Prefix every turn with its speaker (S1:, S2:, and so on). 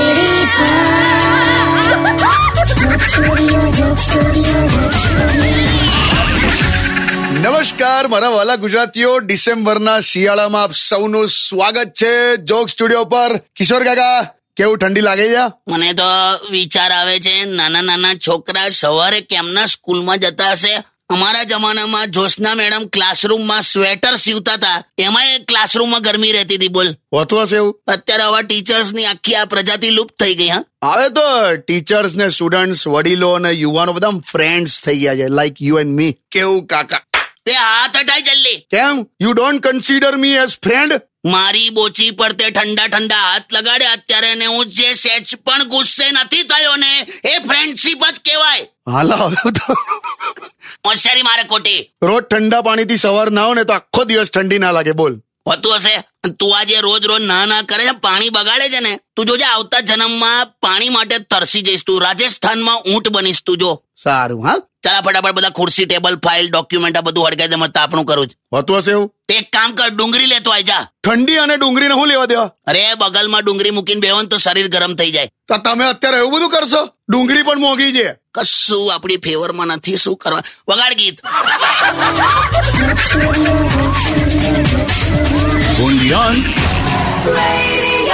S1: सीढ़ी
S2: નમસ્કાર મારા વાલા ગુજરાતીઓ ડિસેમ્બરના શિયાળામાં આપ સૌનું સ્વાગત છે જોક સ્ટુડિયો પર કિશોર કાકા કેવું ઠંડી લાગે છે
S3: મને તો વિચાર આવે છે નાના નાના છોકરા સવારે કેમના સ્કૂલમાં જતા હશે અમારા જમાનામાં જોશના મેડમ ક્લાસરૂમમાં સ્વેટર સીવતા હતા એમાં એ ક્લાસરૂમમાં ગરમી રહેતી હતી બોલ
S2: હોતું હશે એવું
S3: અત્યારે આવા ટીચર્સની આખી આ પ્રજાતિ લુપ્ત થઈ ગઈ હા
S2: હવે તો ટીચર્સ ને સ્ટુડન્ટ્સ વડીલો અને યુવાનો બધા ફ્રેન્ડ્સ થઈ ગયા છે લાઈક યુ એન્ડ મી કેવું કાકા
S3: તે હાથ હટાય જલ્દી
S2: કેમ you don't consider me as friend
S3: મારી બોચી પર તે ઠંડા ઠંડા હાથ લગાડ્યા અત્યારે ને હું જે સેજ પણ ગુસ્સે નથી થયો ને એ ફ્રેન્ડશીપ જ કહેવાય
S2: હાલા હવે તો
S3: હોશિયારી મારે ખોટી
S2: રોજ ઠંડા પાણીથી સવાર નાહો ને તો આખો દિવસ ઠંડી ના લાગે બોલ
S3: હોતું હશે તું આજે રોજ રોજ ના ના કરે છે પાણી બગાડે છે ને તું જોજે આવતા જન્મમાં પાણી માટે તરસી જઈશ તું રાજસ્થાનમાં ઊંટ બનીશ તું જો
S2: સારું હા
S3: ચાલા ફટાફટ બધા ખુરશી ટેબલ ફાઇલ ડોક્યુમેન્ટ આ બધું હડકાઈ દે મને તાપણું કરું છું
S2: હોતું હશે એવું
S3: તે એક કામ કર ડુંગળી લેતો આઈ જા
S2: ઠંડી અને ડુંગળીને હું લેવા દેવા
S3: અરે બગલમાં ડુંગળી મૂકીને બેહો ને તો શરીર ગરમ થઈ જાય
S2: તો તમે અત્યારે એવું બધું કરશો ડુંગળી પણ મોંઘી છે
S3: કશું આપણી ફેવરમાં નથી શું કરવા વગાડ ગીત
S1: Radio